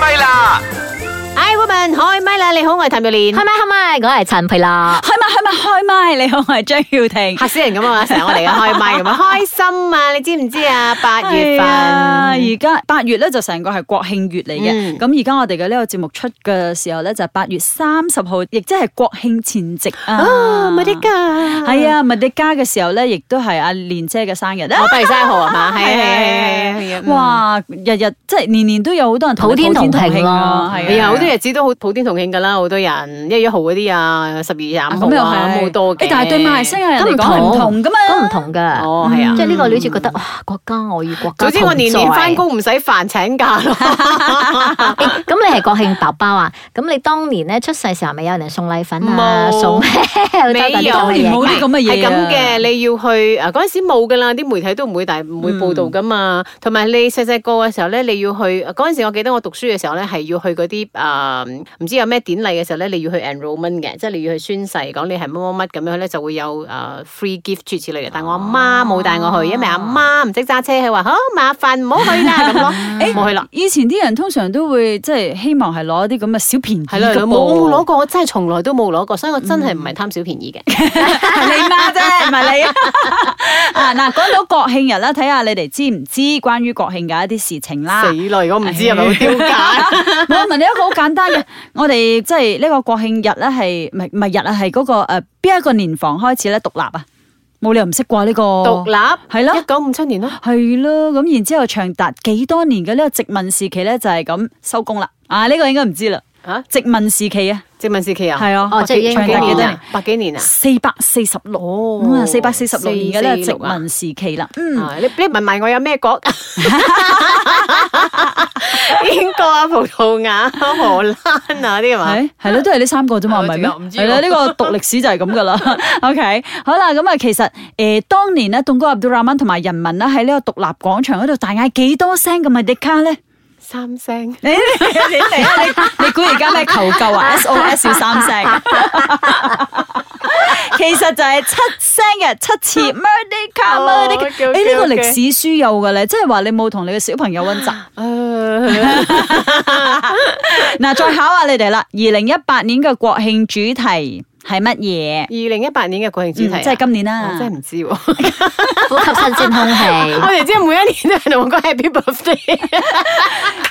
咪啦！ I woman 開唛啦！你好，我係譚玉開蓮， 咪開咪，我係陳皮啦。啊開咪開咪開咪，你好，我係張耀廷。嚇死人咁啊嘛！成日我 哋嘅開唛咁啊，開心啊！你知唔知啊？八月係啊份。而家八月咧就成個係國慶月嚟嗯嘅。咁而家我哋嘅呢個節目出嘅時候咧，就係八月三十號，亦即係國慶前夕啊。啊，咪得噶，係，啊，麥迪加嘅時候咧，亦都係阿蓮姐嘅生日啊。我八月三十號係哦 嘛，係啊係啊係啊係啊，嗯！哇！日日即係年年都有好多人同你普天同慶咯係啊哎呀，好多日子都好普天同慶㗎啦，好多人一月一號嗰啲啊，十二月廿啊五咁號又啊，咁係好多嘅。誒但係對馬來西亞人嚟講係唔同噶嘛。咁唔同噶。哦，係啊即。係呢個女似覺得哇，國家我與國總家之我年年同在翻。工唔啊使煩請假咯。 誒咁你係國慶爸爸啊？咁你當年咧出世時候，咪有人送禮粉啊，冇 送好多未嗰啲有咁嘅嘢冇啲咁嘅嘢係啊咁嘅，你要去啊嗰陣時冇噶啦，啲媒體都唔會大唔會報導噶嘛。同埋你細細個嘅時候咧，你要去嗰陣時，我記得我讀書嘅時候咧，係要去嗰啲啊唔知有咩典禮嘅時候咧，你要去 enrollment 嘅，即係你要去宣誓講你係乜乜乜咁樣咧，就會有啊 à, free gift 諸如此類嘅。但我阿媽冇帶我去，因為阿媽唔識揸車，佢話好麻煩，唔好去啦咁咯，冇去啦。以前啲人通常都會即係希望係攞啲咁嘅小便宜係啦，㗎冇我冇攞噃過，我真係從來都冇攞過，所以我真係唔係貪小便宜嘅。係你媽 啫，唔係你啊！啊嗱，講到國慶日啦，睇下你哋知唔知關於國慶嘅一啲事情啦。死啦！如果唔知係咪好丟架？ 我問你一個好簡單嘅，我哋即係呢個國慶日咧係唔係唔係日啊？係嗰個誒邊一個年房開始咧獨立啊？冇理由唔識啩呢個獨立係咯一九五七年咯。係咯，咁然之後長達幾多年嘅呢個殖民時期咧，就係咁收工啦。啊，呢個應該唔知啦。嚇殖民時期啊，殖民時期啊，係啊，哦即係英百國幾年啊長達幾多啊年？，百幾年啊。四百四十六，哦咁啊，四百四十六年嘅呢個446啊殖民時期啦。嗯，啊你你問埋我有咩國？英國啊、葡萄牙、荷蘭啊啲係嘛？係係咯，都係呢三個啫嘛，唔係咩？我唔知喎係啦，呢個讀歷史就係咁噶啦。OK，好 啦，咁啊，其實誒當年咧，棟哥入到 r a m 同埋人民啦，喺呢個獨立廣場嗰度大嗌幾多聲嘅咪迪卡咧？三聲。 你你你嚟啊！你你估而家咩求救 啊？SOS 要三 聲，其實就係七聲嘅七 次 Merdeka 哦 Merdeka。誒 OK，OK，OK 呢個歷史書有嘅咧，即係話你冇同你嘅小朋友温習。Ờ. 嗱，再考下你哋啦，二零一八年嘅國慶主題係乜嘢？二零一八年嘅國慶主題啊，嗯即係今年啦我真係唔知喎。呼吸新鮮空氣 我。哋知每一年都係同我講 Happy Birthday。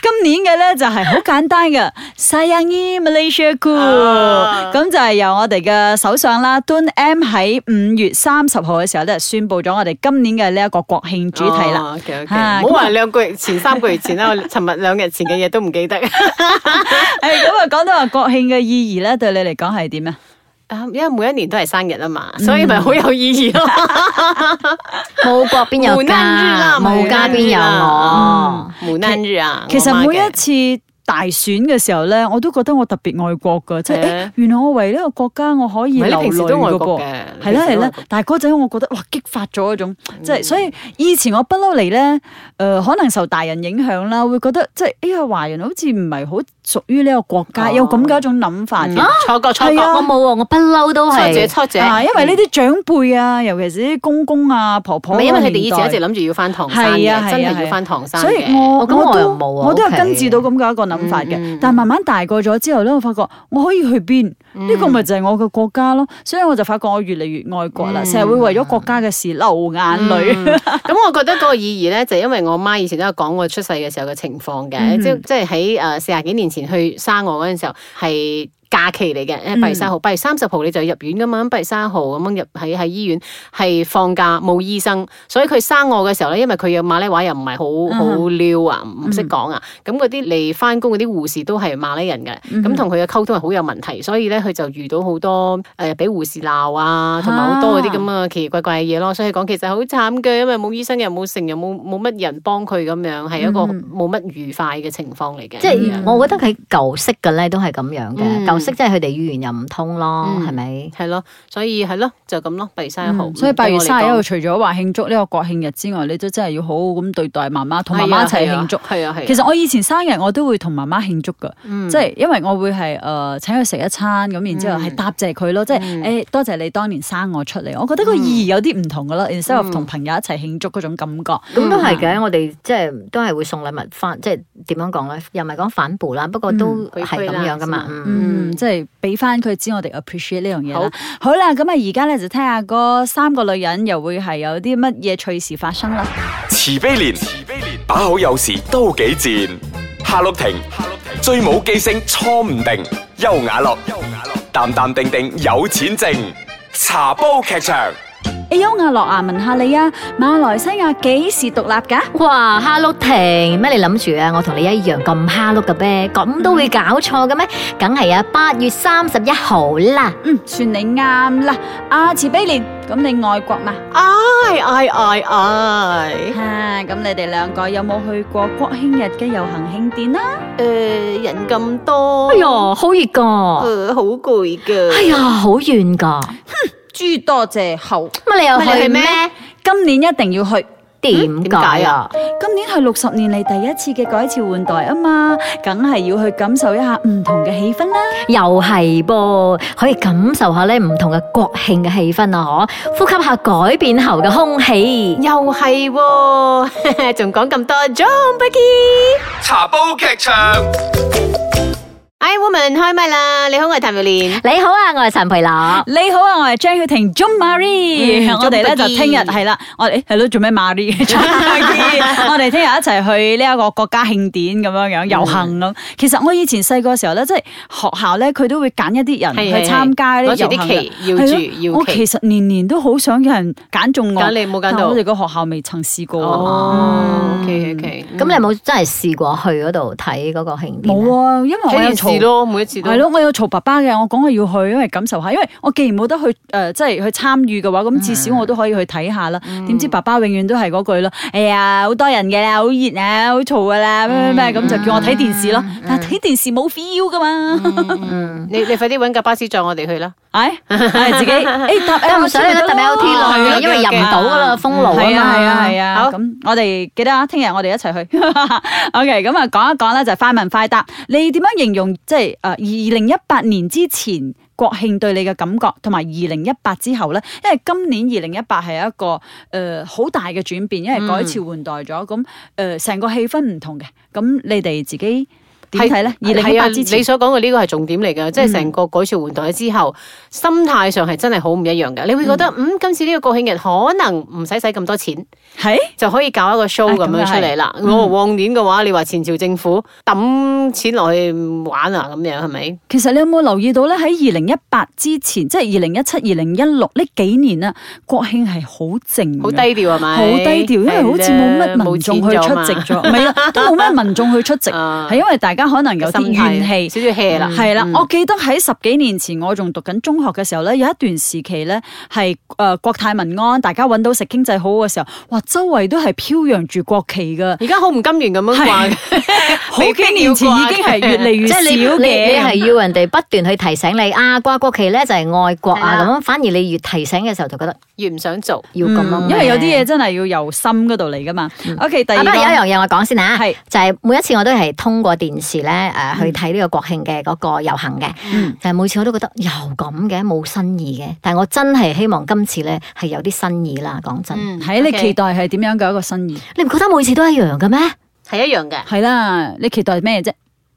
今年嘅咧就係好簡單嘅 Sayangi Malaysia Cool，啊咁就係由我哋嘅首相啦，Tun M 喺五月三十號嘅時候咧宣布咗我哋今年嘅呢一個國慶主題啦。哦，OK，OK 啊唔好話咁啊兩個月前、三個月前啦，我尋日兩日前嘅嘢都唔記得。 誒咁啊，講到話國慶嘅意義咧，對你嚟講係點啊？啊因為每一年都係生日啊嘛，嗯所以咪好有意 義咯。冇國邊有 無難日家啦，冇家邊有我。牡丹日啊，哦其實我媽每嘅一次大選嘅時候咧，我都覺得我特別愛國噶，即係係誒原來我為呢個國家我可以唔係流你平時淚都愛嘅國嘅噃。你係啦平時係都愛啦國，但係嗰陣我覺得哇激發咗一種，嗯即係所以以前我不嬲嚟咧，誒、可能受大人影響啦，會覺得即係哎呀華人好似唔係好屬於呢個國家，哦嗯有咁嘅一種諗法嘅。啊錯過錯係啊過，我冇喎，我不嬲都錯者係。錯者，啊，因為呢啲長輩啊，尤其是啲公公啊、婆唔婆係嗰個因年為代，佢哋以前一直諗住要翻唐山係啊係嘅，啊真係係要啊翻唐山所以嘅。我哦咁我我又都冇啊我都有 OK 跟住到咁嘅一個諗法嗯嗯嗯嘅。但係慢慢大個咗之後咧，我發覺我可以去邊，呢個咪就係我嘅國家咯。所以我就發覺我越嚟越愛國啦，成日會為咗國家嘅事流眼淚。 咁我覺得嗰個意義咧，就係因為我媽以前都有講過出世嘅時候嘅情況嘅，即即係喺誒四十幾年前去生我嗰陣時候係。假期嚟嘅，誒八月三號，八月三十號你就入院噶嘛，咁八月三號咁樣入喺喺醫院係放假冇醫生，所以佢生我嘅時候咧，因為佢嘅馬來話又唔係好好溜啊，唔識講啊，咁嗰啲嚟翻工嗰啲護士都係馬來人嘅，咁同佢嘅溝通係好有問題，所以咧佢就遇到好多誒俾護士鬧啊，同埋好多嗰啲咁咁啊，奇奇怪怪嘅嘢咯，所以講其實好慘嘅，因為冇醫生又冇成，又冇冇乜人幫佢咁樣，係一個冇乜愉快嘅情況嚟嘅。即係我覺得佢舊式嘅咧都係咁樣嘅，嗯舊式，即係佢哋語言又唔通咯，嗯係咪？係咯，所以係咯，就咁咯，八月三十一號。嗯所以八月三十一對我號嚟除咗話慶祝呢個國慶日之外，你都真係要好好咁對待媽媽，同講媽媽一齊慶祝。係啊係啊。其實我以前生日我都會同媽媽慶祝噶，嗯即係因為我會係誒、呃、請佢食一餐咁，然之後係答謝佢嗯咯，即係誒、多謝你當年生我出嚟，我覺得個意義有啲唔同噶咯，instead of 同朋友一齊慶祝嗰種感覺。咁都係嘅，我哋即係都係會送禮物翻，即係點樣講咧？又唔係講反叛啦，不過都嗯係咁樣噶嘛。嗯嗯嗯，即係俾翻佢知我哋 appreciate 呢樣嘢啦。好啦，咁啊而家咧就聽下嗰三個女人又會係有啲乜嘢趣事發生啦。慈悲蓮，慈悲蓮，把好有時都幾賤。夏綠庭，夏綠庭，最冇記性錯唔定。優雅樂，優雅樂，淡淡定定有錢剩。茶煲劇場，哎優雅樂啊，問下你啊，馬來西亞幾時獨立㗎？哇，哈碌婷，咩你諗住啊？我同你一樣咁哈碌嘅咩？咁都會搞錯嘅咩？梗係啊，八月三十一號啦。嗯，算你啱啦。阿慈悲蓮，咁你愛國嘛？唉唉唉唉，啊，咁你哋兩個有冇去過國慶日嘅遊行慶典啊？誒人咁多，哎呀，好熱噶，誒好攰㗎。哎呀，好遠噶，諸多謝後，乜你又乜你去去咩咩？今年一定要去。點點解解啊啊？今年係六十年嚟第一次嘅改朝換代啊嘛，梗係要去感受一下唔同嘅氣氛啦。又係噃，可以感受下咧唔同嘅國慶嘅氣氛啊！嗬，呼吸下改變後嘅空氣。又係喎， 仲講咁多，John Becky。茶煲劇場。 I woman 開麥啦！你好，我係譚妙蓮。你好啊，我係陳培樂。你好啊，我係張曉婷 j o Marie，、嗯我哋咧 John 就 Marie 聽日係啦，我哋係咯做 咩 Marie？John Marie 我哋聽日一齊去呢一個國家慶典咁樣嗯樣遊行咁。其實我以前細個時候咧，即係學校咧，佢都會揀一啲人係去參加呢攞啲遊住行啲嘅旗，要係咯住要我其旗。實年年都好想有人揀中我，揀你冇揀到但我哋個學校未曾試過。啊哦，OK OK，咁你嗯有冇真係試過去嗰度睇嗰個慶典？冇啊，因為我有一件嘈事咯，每一次都係咯，我有嘈爸爸嘅，我講我要去，因為感受下，因為我既然冇得去誒、呃即係去參與嘅話，咁至少我都可以去睇下啦。點、知爸爸永遠都係嗰句咯，哎呀，好多人嘅啦，好熱啊，好嘈噶啦，咩咩咩，咁就叫我睇電視咯。但係睇電視冇 feel 噶嘛，嗯，你你快啲揾架巴士載我哋去啦。 唉，係自己誒搭但唔想你得特別有 T 咯路係啊，啊因為入唔到噶啦，嗯封路啊嘛。係啊係啊係啊！好咁我哋記得啊，聽日我哋一齊去。OK，咁啊講一講咧就係快問快答，你點樣形容即係誒二零一八年之前國慶對你嘅感覺，同埋二零一八之後咧？因為今年二零一八係一個誒好、大嘅轉變，因為改朝換代咗，咁誒成個氣氛唔同嘅。咁你哋自己點睇咧？二係零一八之係啊你前，嗯所講嘅呢個係重點嚟㗎，即係成個改朝換代之後，心態上係真係好唔一樣嘅。你會覺得嗯，今次呢個國慶日可能唔使使咁多錢。係就可以搞一個 show 啊咁樣出嚟啦。咁又係我嗯往年嘅話，你話前朝政府抌錢落去玩啊，咁樣係咪？其實你有冇留意到咧？喺二零一八之前，即係二零一七、二零一六呢幾年啊，國慶係好靜嘅，好低調係咪？好低調，因為好似係冇啦乜民眾去出席。咗，唔係啊，都冇咩民眾去出席，啊係因為大家可能有啲怨氣。少少 hea 啦。係啦，我記得喺十幾年前，我仲讀緊中學嘅時候咧，有一段時期咧係誒國泰民安，大家揾到食經濟好嘅時候，哇，周圍都係飄揚住國旗 噶，而家好唔甘願咁樣 掛，好幾年前已經係越嚟越即少係你嘅。你你係要人哋不斷去提醒你啊，掛國旗咧就係愛國係啊啦咁，反而你越提醒嘅時候就覺得 越唔想做。要咁樣嗯咩，因為有啲嘢真係要由心嗰度嚟噶嘛。OK，第啊二不過有一個樣嘢我講先啊，係就係每一次我都係通過電視咧誒、呃去睇呢個國慶嘅嗰個遊行嘅，嗯就係每次我都覺得又咁嘅冇新意嘅，但係我真係希望今次咧係有啲新意啦。講真，喺你期待待係點樣嘅一個新意？你唔覺得每次都一樣嘅咩？係一樣嘅。係啦，你期待咩啫？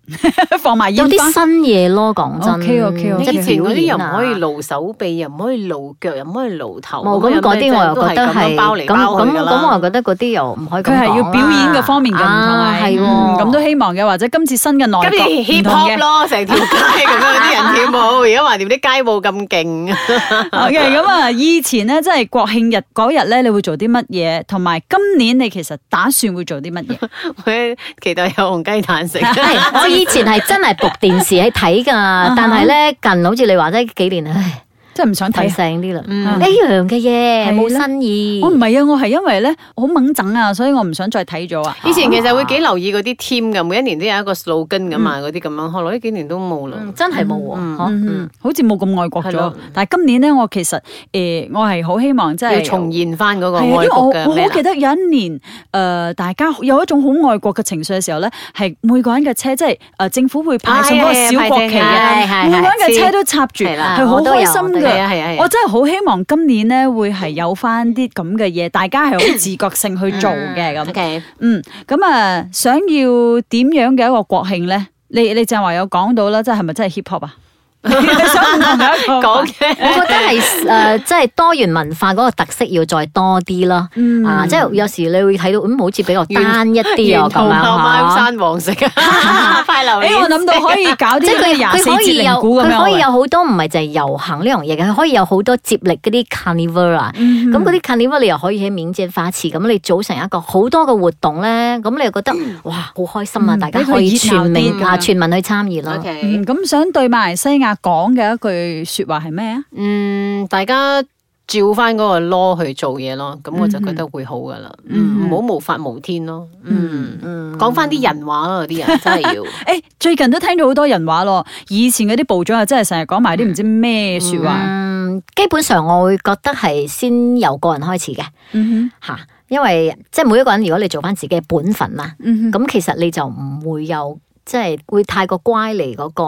放埋有煙花啲。新嘢咯，講真。 OK，OK，OK 即以係前嗰表啲又演唔啊可以露手臂，又唔可以露腳，又唔可以露頭。冇咁嗰啲，我又覺得係係包嚟咁包去咁㗎啦咁，我又覺得嗰啲又唔可以咁佢係要講啦表演嘅方面嘅唔同啊係喎嗯咁 都希望嘅，或者今次新嘅跟內住閣唔 hip 同 hop 嘅。咯，成條街咁樣啲人跳舞，而家橫掂啲街舞咁勁。 OK，咁啊，以前咧即係國慶日嗰日咧，你會做啲乜嘢？同埋今年你其實打算會做啲乜 嘢？我期待有紅雞蛋食。哎係，我 啊以前係真係伏電視去睇㗎，但係咧近好似你話齋幾年，唉，真係唔想提睇。醒啲啦，嗯一樣嘅嘢，係冇啦新意我。唔係啊，我係因為咧好掹整啊，所以我唔想再睇咗啊。以前其實會幾留意嗰啲 team 嘅，每一年都有一個 slogan 噶嘛，嗰啲咁樣。後來呢幾年都冇啦。嗯真係冇喎，嗯嚇嗯，好似冇咁愛國係咯咗。但係今年咧，我其實誒、我係好希望即係要重現翻嗰個係啊，愛因為我國我嘅咩好啦記得有一年，誒、大家有一種好愛國嘅情緒嘅時候咧，係每個人嘅車，即係誒、政府會派送嗰個小國旗啊，係係每個人嘅車都插住，係啦係好我都有開心我都係嘅。啊係啊係啊我真係好希望今年咧會係有翻啲咁嘅嘢，大家係好自覺性去做嘅咁。 ，OK，嗯，咁啊，想要點樣嘅一個國慶咧？你你正話有講到啦，即係係咪真係 hip hop 啊？你想唔同嘅一個講嘅。我覺得係 誒，呃即係多元文化嗰個特色要再多啲咯。嗯啊，即係有時你會睇到，嗯，好似比較單一啲 沿啊途咁靠貓樣嚇。山王食啊， 快流誒，我諗到可以搞啲即係咩佢廿佢四可以節有靈鼓咁佢樣可以喎有好多唔係就係遊行呢樣嘢嘅，佢可以有好多接力嗰啲 carnival 啊。嗯咁嗰啲 carnival 你又可以喺緬甸花池，咁你組成一個好多嘅活動咧，咁你又覺得哇好開心啊！嗯大家可以全比較民熱鬧啲咁樣啊全民去參與咯。 ，OK，嗯，咁想對馬來西亞講嘅一句说話係咩啊？嗯，大家。照翻嗰個 law 去做嘢咯，咁我就覺得會好噶啦，嗯嗯唔好無法無天咯，嗯嗯，講翻啲人話咯，啲人真係 要。诶、最近都聽到好多人話咯，以前嗰啲部長啊，真係成日講埋啲唔知咩说話。嗯，基本上我會覺得係先由個人開始嘅嗯吓，因為即係每一個人，如果你做翻自己嘅本分啦，哼，嗯咁其實你就唔會有即係會太過乖離嗰個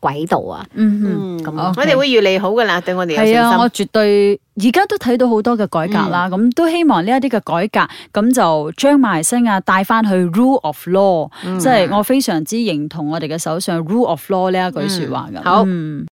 軌道啊。嗯哼。嗯，咁我哋會越嚟好噶啦，對我哋有信係啊，我心。嗯絕對而家都睇到好多嘅改革啦，咁、都希望呢一啲嘅改革，咁就將馬來西亞帶翻去 rule of 嗯 law，、即係我非常之認同我哋嘅首相 rule of law 呢一句说話咁、嗯好嗯